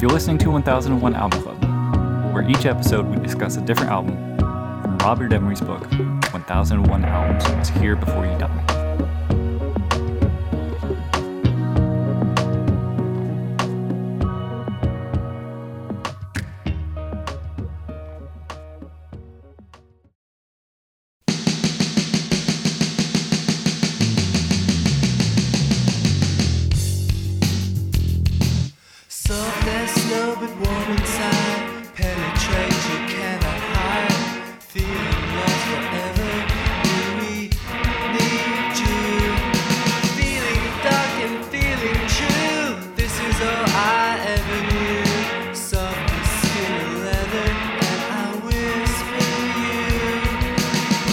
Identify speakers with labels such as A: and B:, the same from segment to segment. A: You're listening to 1001 Album Club, where each episode we discuss a different album from Robert Emery's book, 1001 Albums Is Here Before You Die.
B: Soft as snow, but warm inside. Penetrate, you cannot hide. Feeling lost forever. Do we need you? Feeling dark and feeling true. This is all I ever knew. Soft as skin and leather, and I whisper you.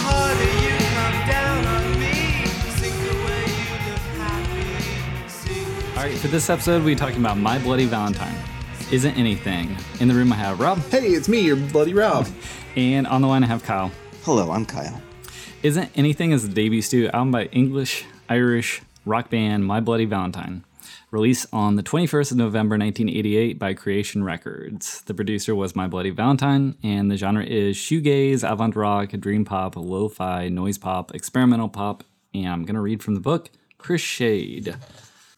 B: Harder you come down on me. Sink away, you look happy. Sink
A: All right, for this episode, we're talking about My Bloody Valentine. Isn't anything. In the room, I have Rob,
C: Hey, it's me, your bloody Rob.
A: and on the line, I have Kyle.
D: Hello, I'm Kyle.
A: Isn't Anything is the debut studio album by English Irish rock band My Bloody Valentine. Released on the 21st of November 1988 by Creation Records. The producer was My Bloody Valentine, and the genre is shoegaze, avant rock, dream pop, lo fi, noise pop, experimental pop, and I'm going to read from the book Crusade.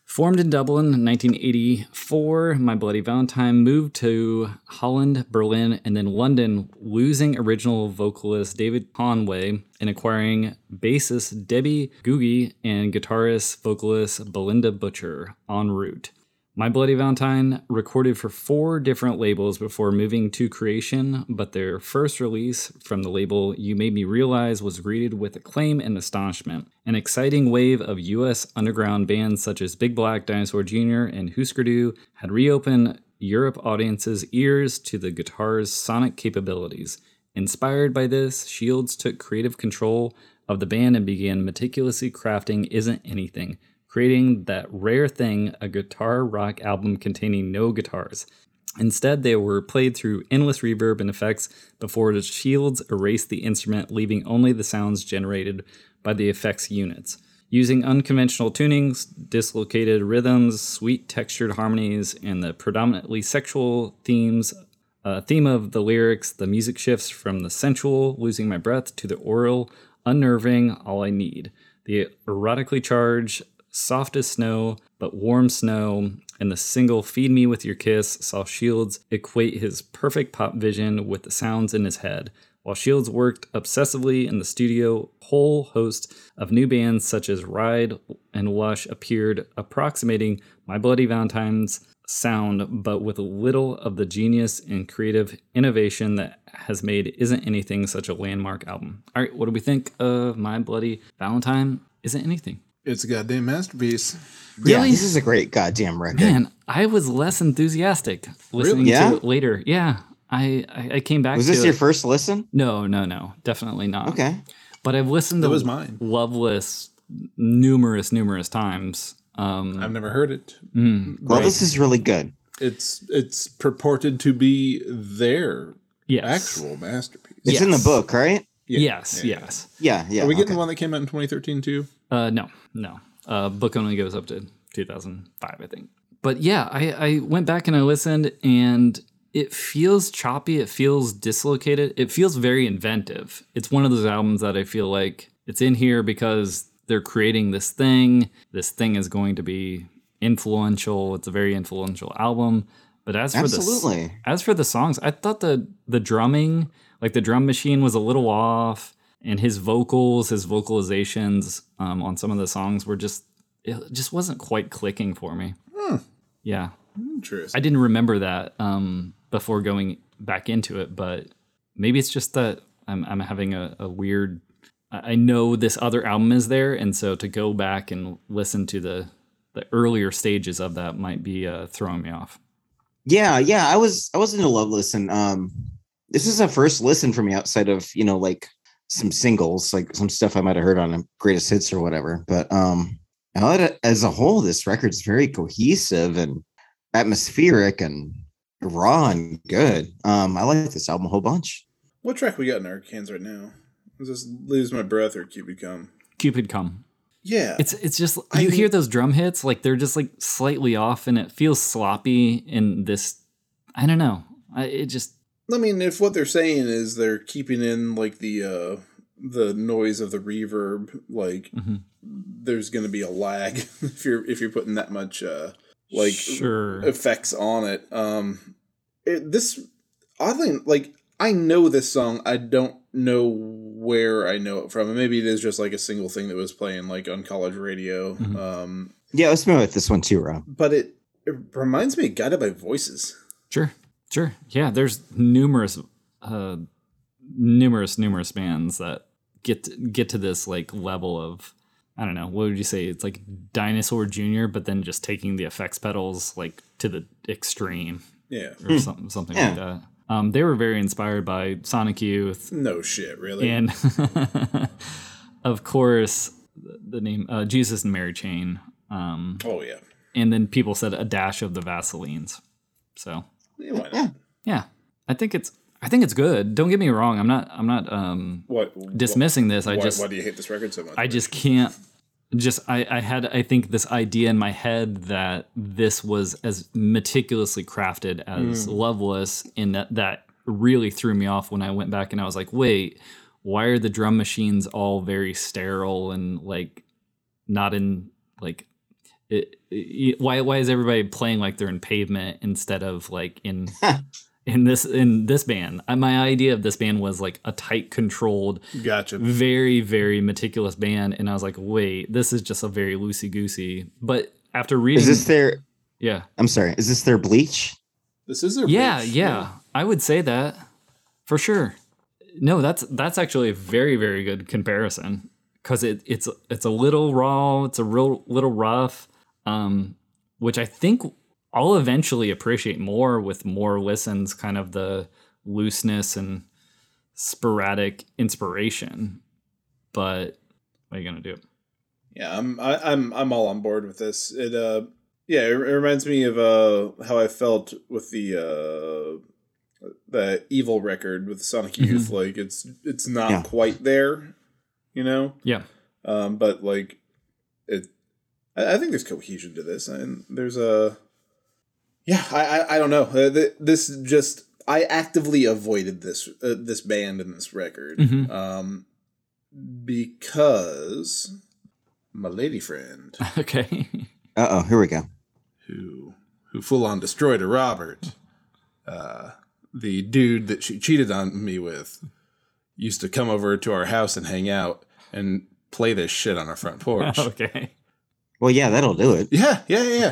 A: Formed in Dublin in 1984, My Bloody Valentine moved to Holland, Berlin, and then London, losing original vocalist David Conway and acquiring bassist Debbie Googie and guitarist vocalist Belinda Butcher en route. My Bloody Valentine recorded for four different labels before moving to Creation, but their first release from the label You Made Me Realize was greeted with acclaim and astonishment. An exciting wave of US underground bands such as Big Black, Dinosaur Jr., and Husker Du had reopened Europe audiences' ears to the guitar's sonic capabilities. Inspired by this, Shields took creative control of the band and began meticulously crafting Isn't Anything, creating that rare thing a guitar rock album containing no guitars. Instead, they were played through endless reverb and effects before the shields erased the instrument, leaving only the sounds generated by the effects units. Using unconventional tunings, dislocated rhythms, sweet textured harmonies, and the predominantly sexual themes uh, theme of the lyrics, the music shifts from the sensual, losing my breath, to the oral, unnerving, all I need. The erotically charged, soft as snow, but warm snow, and the single Feed Me With Your Kiss saw Shields equate his perfect pop vision with the sounds in his head. While Shields worked obsessively in the studio, whole host of new bands such as Ride and Lush appeared, approximating My Bloody Valentine's sound, but with little of the genius and creative innovation that has made Isn't Anything such a landmark album. All right, what do we think of My Bloody Valentine? Isn't Anything?
C: It's a goddamn masterpiece.
A: Really?
D: Yeah, this is a great goddamn record.
A: Man, I was less enthusiastic listening
D: Really? Yeah?
A: to it later. Yeah, I, I, I came back
D: Was
A: to
D: this
A: it.
D: your first listen?
A: no, no, no, definitely not.
D: Okay.
A: But I've listened to
C: That was mine.
A: Loveless numerous, numerous times. Um,
C: I've never heard it.
D: Well, this is really good.
C: It's it's purported to be their
A: yes.
C: actual masterpiece.
D: It's in the
A: Yes.
D: book, right?
C: Yeah,
A: Yes,
C: yeah.
A: yes.
D: Yeah, yeah.
C: Are we getting
D: okay.
C: the one that came out in 2013 too?
A: Uh, no, no. Uh, book only goes up to 2005, I think. But yeah, I, I went back and I listened, and it feels choppy. It feels dislocated. It feels very inventive. It's one of those albums that I feel like it's in here because they're creating this thing. This thing is going to be influential. It's a very influential album. But as for the
D: Absolutely.
A: as for the songs, I thought the the drumming, like the drum machine, was a little off, and his vocals, his vocalizations um, on some of the songs were just it just wasn't quite clicking for me. Yeah, I
C: Interesting.
A: didn't remember that um, before going back into it, but maybe it's just that I'm I'm having a, a weird. I I know this other album is there, and so to go back and listen to the the earlier stages of that might be uh, throwing me off.
D: Yeah, yeah. I was I was into Love Listen. Um this is a first listen for me outside of, you know, like some singles, like some stuff I might have heard on a greatest hits or whatever. But um out- as a whole, this record's very cohesive and atmospheric and raw and good. Um, I like this album a whole bunch.
C: What track we got in our cans right now? Is this Lose My Breath or Cupid Come?
A: Cupid come.
C: Yeah.
A: It's it's just
C: I
A: you
C: mean-
A: hear those drum hits like they're just like slightly off and it feels sloppy and this I don't know. I, it just
C: I mean, if what they're saying is they're keeping in like the uh the noise of the reverb, like
A: Mhm.
C: there's going to be a lag if you're if you're putting that much uh like
A: sure.
C: effects on it. Um, it, this oddly, like I know this song, I don't know where I know it from. And maybe it is just like a single thing that was playing like on college radio.
A: Mhm.
C: Um,
D: Yeah, let's move with this one too, Rob.
C: but it it reminds me of Guided by Voices.
A: Sure, sure. Yeah, there's numerous, uh, numerous, numerous bands that get to, get to this like level of I don't know. What would you say? It's like Dinosaur Junior, but then just taking the effects pedals like to the extreme
C: Hmm. Yeah,
A: or something, something like that. Um, they were very inspired by Sonic Youth
C: no shit, really.
A: and of course the name uh, Jesus and Mary Chain. Um,
C: oh yeah,
A: and then people said a dash of the Vaseline's. So
C: yeah why not?
A: yeah, I think it's I think it's good. Don't get me wrong. I'm not I'm not um,
C: What
A: dismissing this. I
C: Why,
A: just
C: why do you hate this record so much?
A: I just can't. Just I I had I think this idea in my head that this was as meticulously crafted as Loveless, and that that really threw me off when I went back and I was like, wait, why are the drum machines all very sterile and like not in like it, it- why why is everybody playing like they're in pavement instead of like in in this in this band I, my idea of this band was like a tight controlled
C: gotcha.
A: very very meticulous band and i was like wait this is just a very loosey goosey but after reading
D: Is this
C: Mm-hmm.
D: their?
A: yeah
D: I'm sorry. Is this their bleach?
C: This is their
A: yeah
C: bridge,
A: yeah i would say that for sure no that's that's actually a very very good comparison because it, it's it's a little raw it's a real little rough um which i think i'll eventually appreciate more with more listens kind of the looseness and sporadic inspiration but what are you gonna do
C: Yeah, I'm I, I'm I'm all on board with this. It uh yeah, it, it reminds me of uh how I felt with the uh the evil record with Sonic Youth. Like it's it's not
D: Yeah.
C: quite there, you know.
A: yeah
C: Um, but like it, I, I think there's cohesion to this, and there's a yeah. I I, I don't know. Uh, th- this just I actively avoided this uh, this band and this record.
A: Mhm.
C: Um, because my lady friend
A: okay
D: Uh oh, here we go.
C: who who full on destroyed a Robert, uh, the dude that she cheated on me with, used to come over to our house and hang out and play this shit on our front porch.
A: okay
D: Well, yeah, that'll do it.
C: Yeah, yeah, yeah, yeah.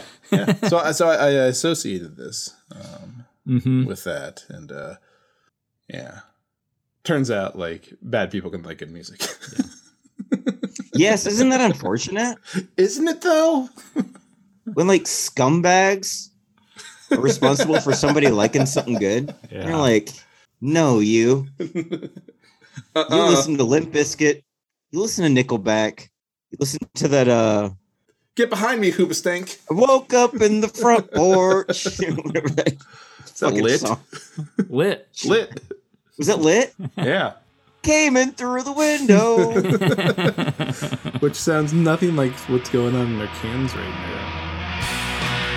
C: yeah. so, I- so I, I associated this um,
A: mm-hmm.
C: with that, and uh, yeah. Turns out, like bad people can like good music,
D: Yes, isn't that unfortunate?
C: isn't it? Though
D: When like scumbags are responsible for somebody liking something good, you're like, no, you. You
C: Uh-uh.
D: listen to Limp Bizkit. You listen to Nickelback. You listen to that. Uh,
C: get behind me, hoop stank.
D: I woke up in the front porch. Whatever that
C: Is that
D: fucking
C: lit?
D: song-
A: lit
C: Lit.
D: Was that lit?
C: Yeah.
D: Came in through the window.
C: Which sounds nothing like what's going on in their cans right now.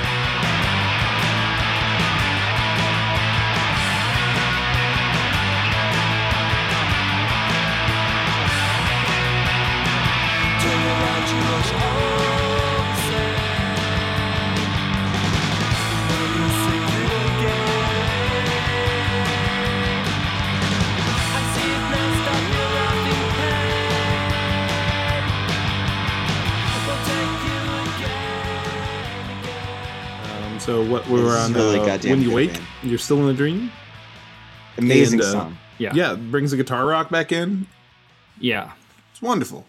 C: Um, so what we
D: This
C: were
D: is
C: on
D: really
C: uh,
D: goddamn
C: when you
D: good,
C: wake,
D: man.
C: you're still in a dream.
D: Amazing
C: And, uh,
D: song.
A: Yeah.
C: Yeah, it brings the guitar rock back in.
A: yeah
C: It's wonderful.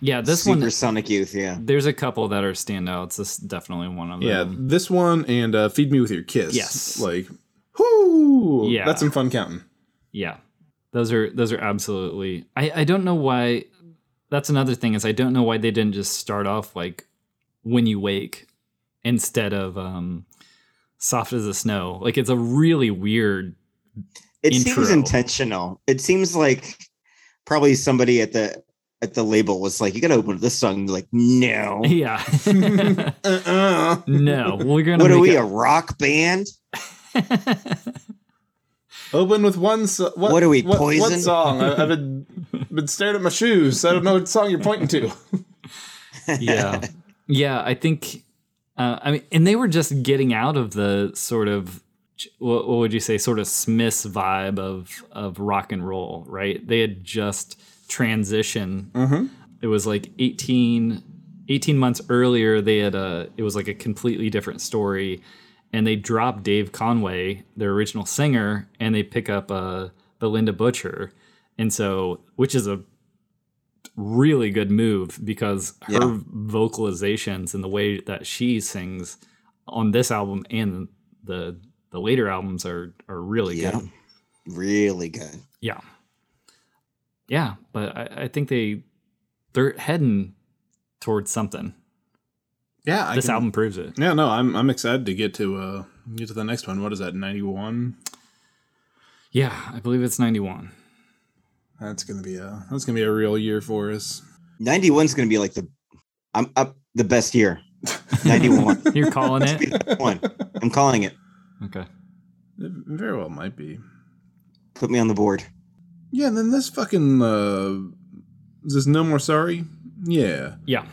A: yeah this
D: Super
A: one
D: Sonic Youth. Yeah.
A: There's a couple that are standouts. This is definitely one of
C: Yeah,
A: them.
C: this one and uh, feed me with your kiss.
A: Um, Yes.
C: like, whoo,
A: Yeah.
C: that's some fun counting.
A: Yeah. Those are those are absolutely I, I don't know why that's another thing is I don't know why they didn't just start off like when you wake instead of um soft as the snow. Like it's a really weird
D: It
A: intro.
D: seems intentional. It seems like probably somebody at the at the label was like, "You got to open this song." And they're like, no.
A: Yeah.
C: Uh-uh.
A: no. We're gonna
D: What are
A: make
D: we,
A: it-
D: a rock band?
C: Open with one. So- what,
D: What are we,
C: What
D: poison?
C: song? I, I've been been staring at my shoes. I don't know what song you're pointing to.
A: yeah yeah i think uh, i mean and they were just getting out of the sort of what, what would you say sort of smith's vibe of of rock and roll right they had just transitioned
C: Mm-hmm.
A: it was like 18 18 months earlier they had a it was like a completely different story and they dropped dave conway their original singer and they pick up uh belinda butcher and so which is a really good move because her
D: Yeah.
A: vocalizations and the way that she sings on this album and the the later albums are are really
D: Yeah.
A: good
D: really good.
A: yeah. Yeah, but I, I think they they're heading towards something.
C: Yeah, I
A: this
C: can-
A: album proves it.
C: Yeah, no, I'm I'm excited to get to uh get to the next one. What is that? Ninety one.
A: Yeah, I believe it's ninety one.
C: That's gonna be a that's gonna be a real year for us.
D: 91 is going to be like the I'm up the best year. 91.
A: You're calling it?
D: One. I'm calling it.
A: Okay.
C: It very well might be.
D: Put me on the board.
C: Yeah, and then this fucking uh is this no more sorry? Yeah.
A: Yeah.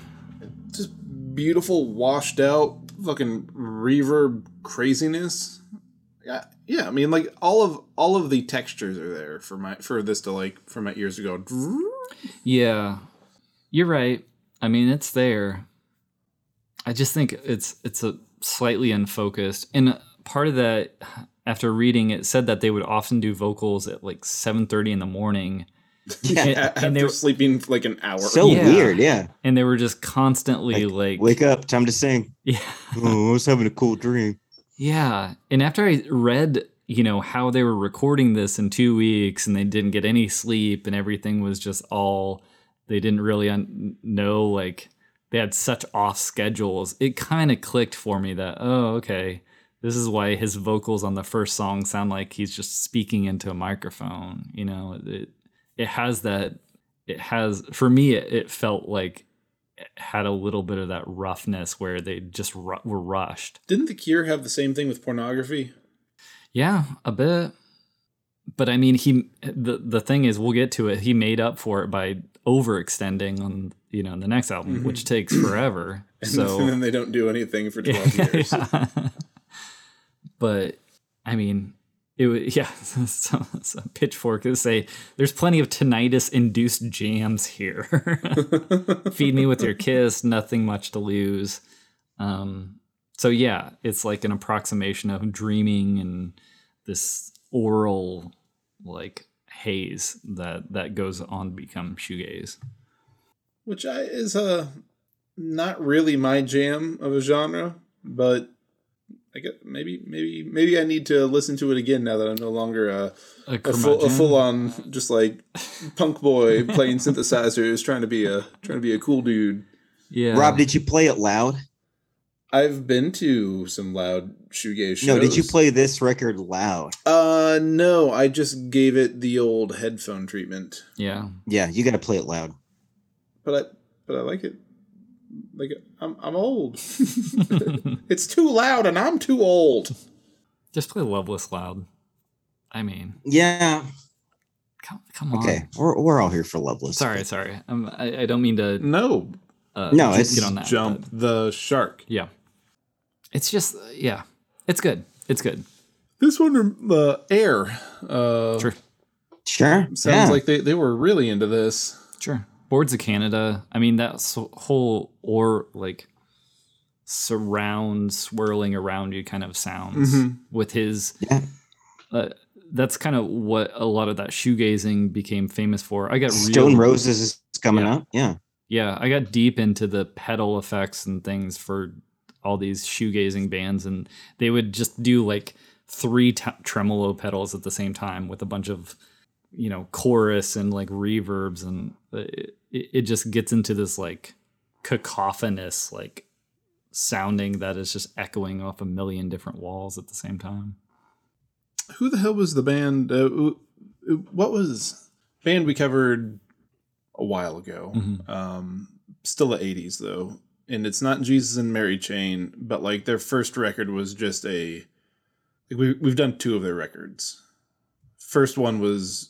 C: Just beautiful, washed out, fucking reverb craziness. Yeah, yeah. I mean, like all of all of the textures are there for my for this to like for my ears to go.
A: Yeah. You're right. I mean it's there. I just think it's it's a slightly unfocused. And part of that after reading it said that they would often do vocals at like seven thirty in the morning.
D: Yeah.
A: And-
C: After
A: and they were-
C: sleeping for like an hour.
D: So
A: Yeah.
D: weird. Yeah.
A: And they were just constantly like,
D: Wake up. Time to sing.
A: Yeah.
D: Oh, I was having a cool dream.
A: Yeah. And after I read, you know, how they were recording this in two weeks and they didn't get any sleep and everything was just all, they didn't really un- know, like, they had such off schedules. It kind of clicked for me that, oh, okay, this is why his vocals on the first song sound like he's just speaking into a microphone. You know, it, it has that, it has, for me, it, it felt like, it had a little bit of that roughness where they just ru- were rushed.
C: Didn't the Cure have the same thing with pornography?
A: Yeah, a bit. But I mean, he the the thing is, we'll get to it. He made up for it by overextending on you know the next album,
C: Mhm.
A: which takes forever.
C: And,
A: so
C: then they don't do anything for 12 years.
A: yeah. but I mean, it was, yeah. So, so Pitchfork would say there's plenty of tinnitus induced jams here. Feed me with your kiss, nothing much to lose. Um, so yeah, it's like an approximation of dreaming and this oral like haze that that goes on to become shoegaze.
C: Which I, is uh, not really my jam of a genre, but I guess maybe maybe maybe I need to listen to it again now that I'm no longer a, a, full, a
A: curmudgeon.
C: full on just like punk boy playing synthesizers trying to be a trying to be a cool dude.
A: yeah.
D: Rob, did you play it loud?
C: I've been to some loud shoegaze shows.
D: No, did you play this record loud?
C: Uh, no, I just gave it the old headphone treatment.
A: yeah.
D: Yeah, you got to play it loud.
C: but I but I like it. Like I'm I'm old. it's too loud, and I'm too old.
A: Just play Loveless Loud. I mean,
D: Yeah.
A: come, come on.
C: Um,
D: Okay. We're, we're all here for Loveless.
A: Sorry, sorry. Um, I, I don't mean to
C: No,
A: uh,
D: No,
A: just
D: it's
A: get on that.
C: jump
A: but
C: the shark.
A: Yeah. It's just, uh, yeah. It's good. It's good.
C: This one, uh, air. Uh,
A: Sure.
D: Sure.
C: Sounds
D: yeah.
C: like they, they were really into this.
A: Sure. Boards of Canada. I mean, that s- whole or like surround, swirling around you kind of sounds
C: Mhm.
A: with his.
D: Mm-hmm. Yeah.
A: Uh, that's kind of what a lot of that shoegazing became famous for. I got
D: Stone
A: real-
D: Roses is coming
A: Yeah.
D: up. Yeah.
A: Yeah, I got deep into the pedal effects and things for all these shoegazing bands, and they would just do like three t- tremolo pedals at the same time with a bunch of, you know, chorus and like reverbs, and uh, it, it it just gets into this like cacophonous like sounding that is just echoing off a million different walls at the same time.
C: Who the hell was the band? Uh, who- who- what was band we covered a while ago?
A: Mhm.
C: Um, still the '80s though, and it's not Jesus and Mary Chain, but like their first record was just a Like we we've done two of their records. First one was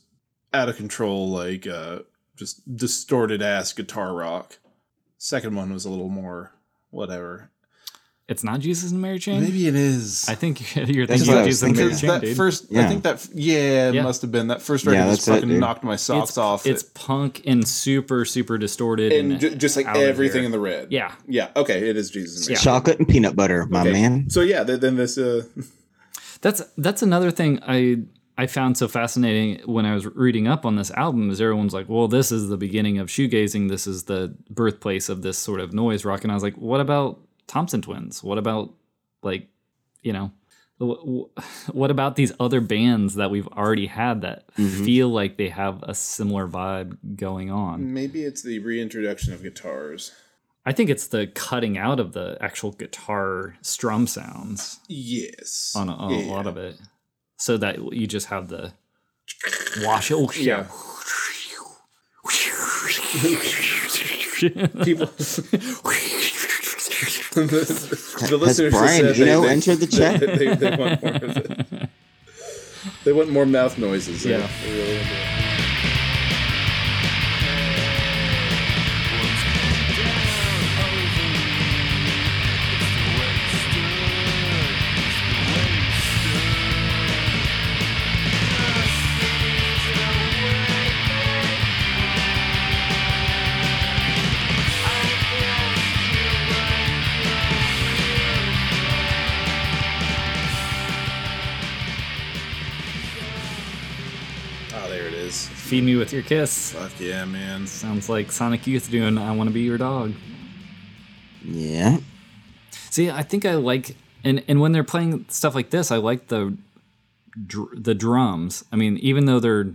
C: out of control, like uh, just distorted ass guitar rock. Second one was a little more whatever.
A: It's not Jesus and Mary Chain.
C: Maybe it is.
A: I think you're
D: That's
A: thinking
D: what
A: of
D: I was
A: Jesus and Mary
C: because
D: thinking.
A: Chain,
C: that
A: dude.
C: first, I
D: Yeah.
C: think that f- yeah, it
A: Yeah.
C: must have been that first
D: Yeah,
C: record just
D: that's it,
C: fucking
D: dude.
C: knocked my socks
A: it's,
C: off.
A: It's
C: It-
A: punk and super super distorted and,
C: and ju- just like
A: out of
C: everything
A: here.
C: in the red.
A: yeah.
C: yeah. Okay, it is Jesus. and Mary.
D: Chocolate and peanut butter, my
C: Okay,
D: man.
C: So yeah, th- then this uh,
A: That's that's another thing I I found so fascinating when I was reading up on this album is everyone's like, well, this is the beginning of shoegazing. This is the birthplace of this sort of noise rock. And I was like, what about Thompson Twins? What about like, you know, wh- wh- what about these other bands that we've already had that
D: Mhm.
A: feel like they have a similar vibe going on?
C: maybe it's the reintroduction of guitars.
A: I think it's the cutting out of the actual guitar strum sounds.
C: Yes,
A: on a, on a
C: Yeah.
A: lot of it, so that you just have the wash. Oh yeah.
C: Yeah. people. the the
D: Has
C: listeners just
D: Brian
C: said they-
D: Eno
C: they-
D: entered the chat?
C: They, they- they want more of it. They want more mouth noises. They-
A: Yeah.
C: they really do. Ah, there it is.
A: Feed me with your kiss.
C: Fuck yeah, man.
A: Sounds like Sonic Youth doing "I Want to Be Your Dog."
D: Yeah.
A: See, I think I like and and when they're playing stuff like this, I like the dr- the drums. I mean, even though they're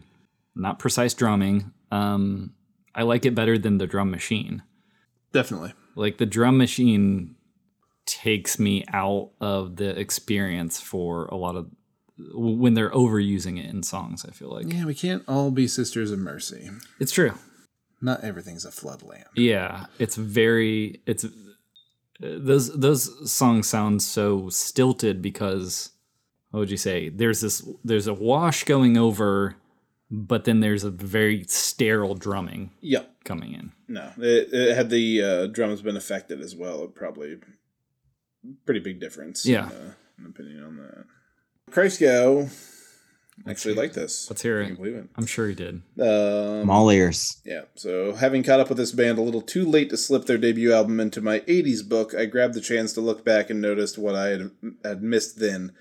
A: not precise drumming, um, I like it better than the drum machine.
C: Definitely.
A: like the drum machine takes me out of the experience for a lot of when they're overusing it in songs i feel like
C: Yeah, we can't all be sisters of mercy.
A: it's true
C: Not everything's a floodland.
A: yeah it's very it's uh, those those songs sound so stilted because what would you say there's this there's a wash going over but then there's a very sterile drumming
C: Yep.
A: coming in
C: No, it, it, had the uh, drums been affected as well, it probably pretty big difference.
A: Yeah.
C: uh, an opinion on that. Kreisgo actually like this.
A: let's hear
C: I can
A: it
C: believe
A: i'm sure he did
C: it. Um,
D: I'm all ears.
C: yeah. So having caught up with this band a little too late to slip their debut album into my '80s book, I grabbed the chance to look back and noticed what I had, had missed then.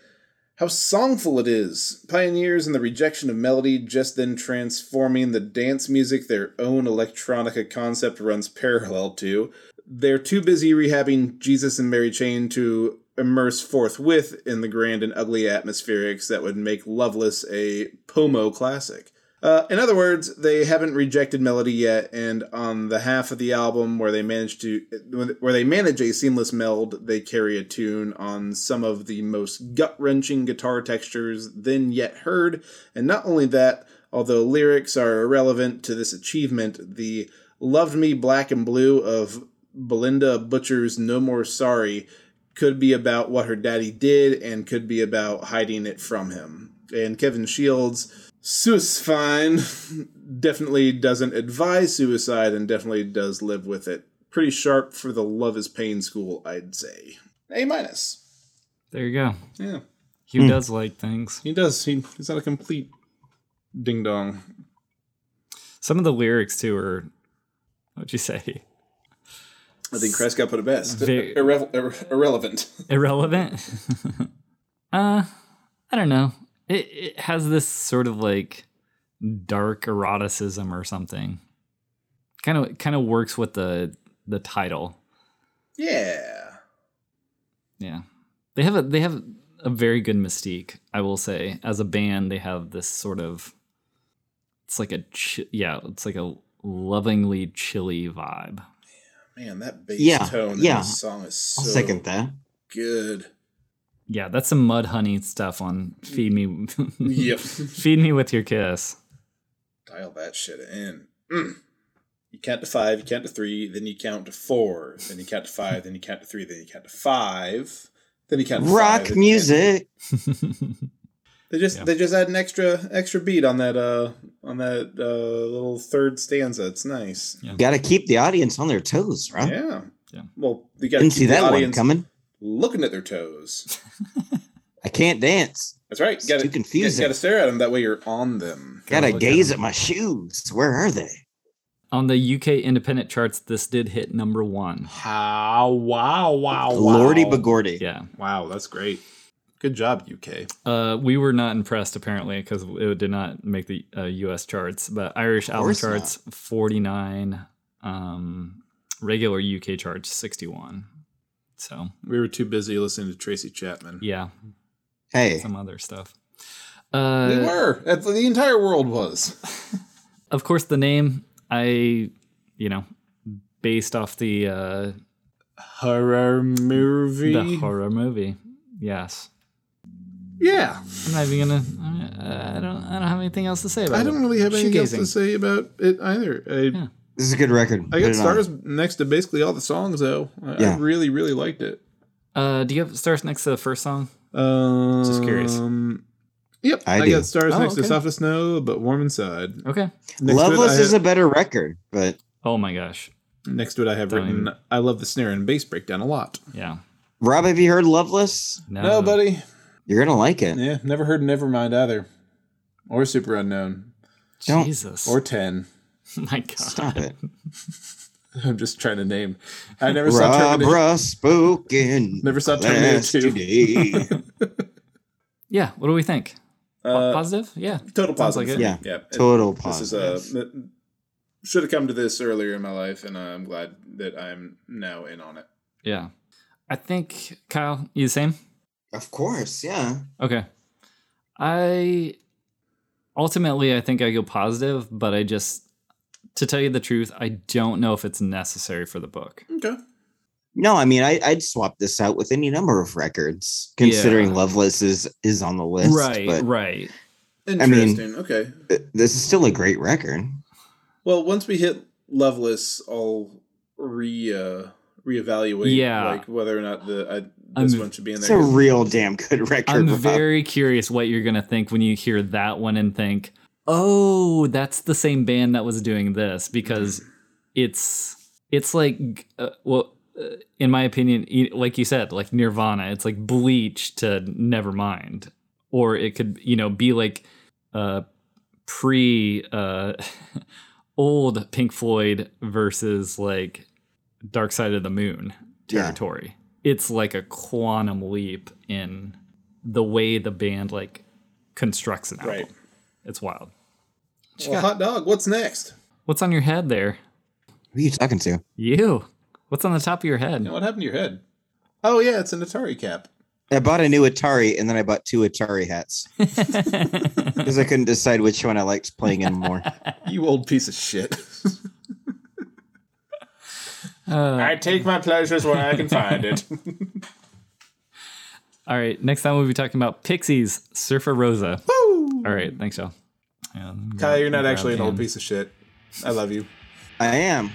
C: How songful it is! Pioneers in the rejection of melody, just then transforming the dance music their own electronica concept runs parallel to. They're too busy rehabbing Jesus and Mary Chain to immerse forthwith in the grand and ugly atmospherics that would make Loveless a Pomo classic. Uh, in other words, they haven't rejected melody yet, and on the half of the album where they manage to where they manage a seamless meld, they carry a tune on some of the most gut wrenching guitar textures then yet heard. And not only that, although lyrics are irrelevant to this achievement, the "Loved Me Black and Blue" of Belinda Butcher's "No More Sorry" could be about what her daddy did, and could be about hiding it from him. And Kevin Shields. Suicide definitely doesn't advise suicide and definitely does live with it. Pretty sharp for the love is pain school, I'd say. A minus.
A: there you go
C: Yeah,
A: he does like things
C: he does. He, he's not a complete ding dong.
A: Some of the lyrics too are what'd you say?
C: I think Kreska put it best.
A: Ve-
C: Irre- irre- irrelevant.
A: Irrelevant. uh I don't know. It it has this sort of like dark eroticism or something. Kind of kind of works with the the title.
C: Yeah.
A: Yeah. They have a they have a very good mystique, I will say. As a band, they have this sort of it's like a ch- yeah, it's like a lovingly chilly vibe.
C: Man, that bass
D: Yeah,
C: tone in
D: yeah.
C: this song is so
D: I'll second that.
C: good.
A: Yeah, that's some mud honey stuff on feed me.
C: Yep.
A: feed me with your kiss.
C: Dial that shit in. Mm. You count to five, you count to three, then you count to four, then you count to five, then you count to three, then you count to five, Then you kind of sigh that
D: Rock
C: you
D: music.
C: can't- They just
A: Yeah.
C: they just add an extra extra beat on that uh on that uh little third stanza. It's nice.
D: Got to keep the audience on their toes, right?
C: Yeah.
A: Yeah.
C: Well, you got to
D: Didn't see
C: keep the
D: that one
C: audience
D: coming.
C: looking at their toes.
D: I can't dance.
C: That's right.
D: It's
C: You gotta,
D: too confusing.
C: You got to stare at them. That way you're on them.
D: Got to
A: look at
D: gaze
A: them.
D: at my shoes. Where are they?
A: On the UK independent charts, this did hit number one.
C: How? Wow! Oh, Wow!
D: Lordy Bagordy.
A: Yeah.
C: Wow, that's great. Good job, UK.
A: Uh, we were not impressed apparently because it did not make the uh, U.S. charts, but Irish album
D: course
A: charts forty nine, um, regular UK charts sixty one. So
C: We were too busy listening to Tracy Chapman.
A: yeah,
D: Hey,
A: some other stuff. Uh,
C: we were. That's what the entire world was.
A: Of course, the name I, you know, based off the uh,
C: Horror movie.
A: the horror movie. Yes,
C: yeah,
A: I'm not even gonna. I'm, uh, I don't. I don't have anything else to say about it.
C: I don't really have anything else
A: Shoegazing. Hmm.
C: to say about it either. I,
A: Yeah.
D: this is a good record.
C: I
D: Put
C: got
D: it on.
C: stars next to basically all the songs though. I, I
D: Yeah.
C: really, really liked it.
A: Uh, do you have stars next to the first song?
C: Um,
A: curious.
C: Yep,
D: I
C: I,
D: do.
C: got stars
A: Oh,
C: next to
A: okay.
C: Soft as Snow, but Warm Inside.
A: Okay.
C: Next
D: Loveless
C: to it, I
D: is a better record, but
A: Oh my gosh.
C: have, next to it I have
A: Don't
C: written.
A: even-
C: I love the snare and bass breakdown a lot.
A: Yeah.
D: Rob, have you heard Loveless?
C: no buddy,
D: You're gonna like it.
C: Yeah, never heard Nevermind either, or Super Unknown,
D: Don't-
A: Jesus.
C: or Ten.
A: my God.
D: Stop it.
C: I'm just trying to name. I never saw Terminator.
D: Robra spoken.
C: Never saw Terminator
D: last
C: 2.
D: today.
A: Yeah. What do we think? Po-
C: Uh,
A: positive? Yeah.
C: total
A: Sounds like
C: positive.
A: it.
C: for me.
D: Yeah.
C: yeah. it-
D: Total
C: This is uh,
D: pause.
C: a should have come to this earlier in my life, and I'm glad that I'm now in on it.
A: Yeah. I think Kyle, you the same?
D: Of course, yeah.
A: Okay. I ultimately I think I go positive, but I just to tell you the truth, I don't know if it's necessary for the book.
C: Okay.
D: No, I mean, I, I'd swap this out with any number of records, considering
A: Yeah.
D: Loveless is is on the list. but
A: right.
D: mean-
C: Interesting. okay.
D: th- this is still a great record.
C: Well, once we hit Loveless, I'll re uh, reevaluate.
A: Yeah.
C: Like whether or not the I,
A: I'm-
C: this one should be in
D: It's a
C: there.
D: real damn good record.
A: I'm
D: Rob.
A: very curious what you're gonna think when you hear that one and think, oh, that's the same band that was doing this because it's it's like uh, well, uh, in my opinion, e- like you said, like Nirvana, it's like Bleach to Nevermind, or it could you know be like uh, pre uh, old Pink Floyd versus like Dark Side of the Moon
D: Yeah.
A: territory. It's like a quantum leap in the way the band like constructs an album.
C: Right.
A: It's wild.
C: Well, hot dog. What's next?
A: What's on your head there?
D: Who are you talking to?
A: You. What's on the top of your head?
C: Yeah, What happened to your head? Oh yeah, it's an Atari cap.
D: I bought a new Atari, and then I bought two Atari hats because I couldn't decide which one I liked playing in more.
C: You old piece of shit.
A: Uh,
C: I take my pleasures where I can find it.
A: all right. Next time we'll be talking about Pixies, Surfer Rosa. All right. Thanks, y'all. Yeah,
C: Kyle, you're not
A: grab
C: actually an
A: the
C: old
A: end.
C: piece of shit. I love you.
D: I am.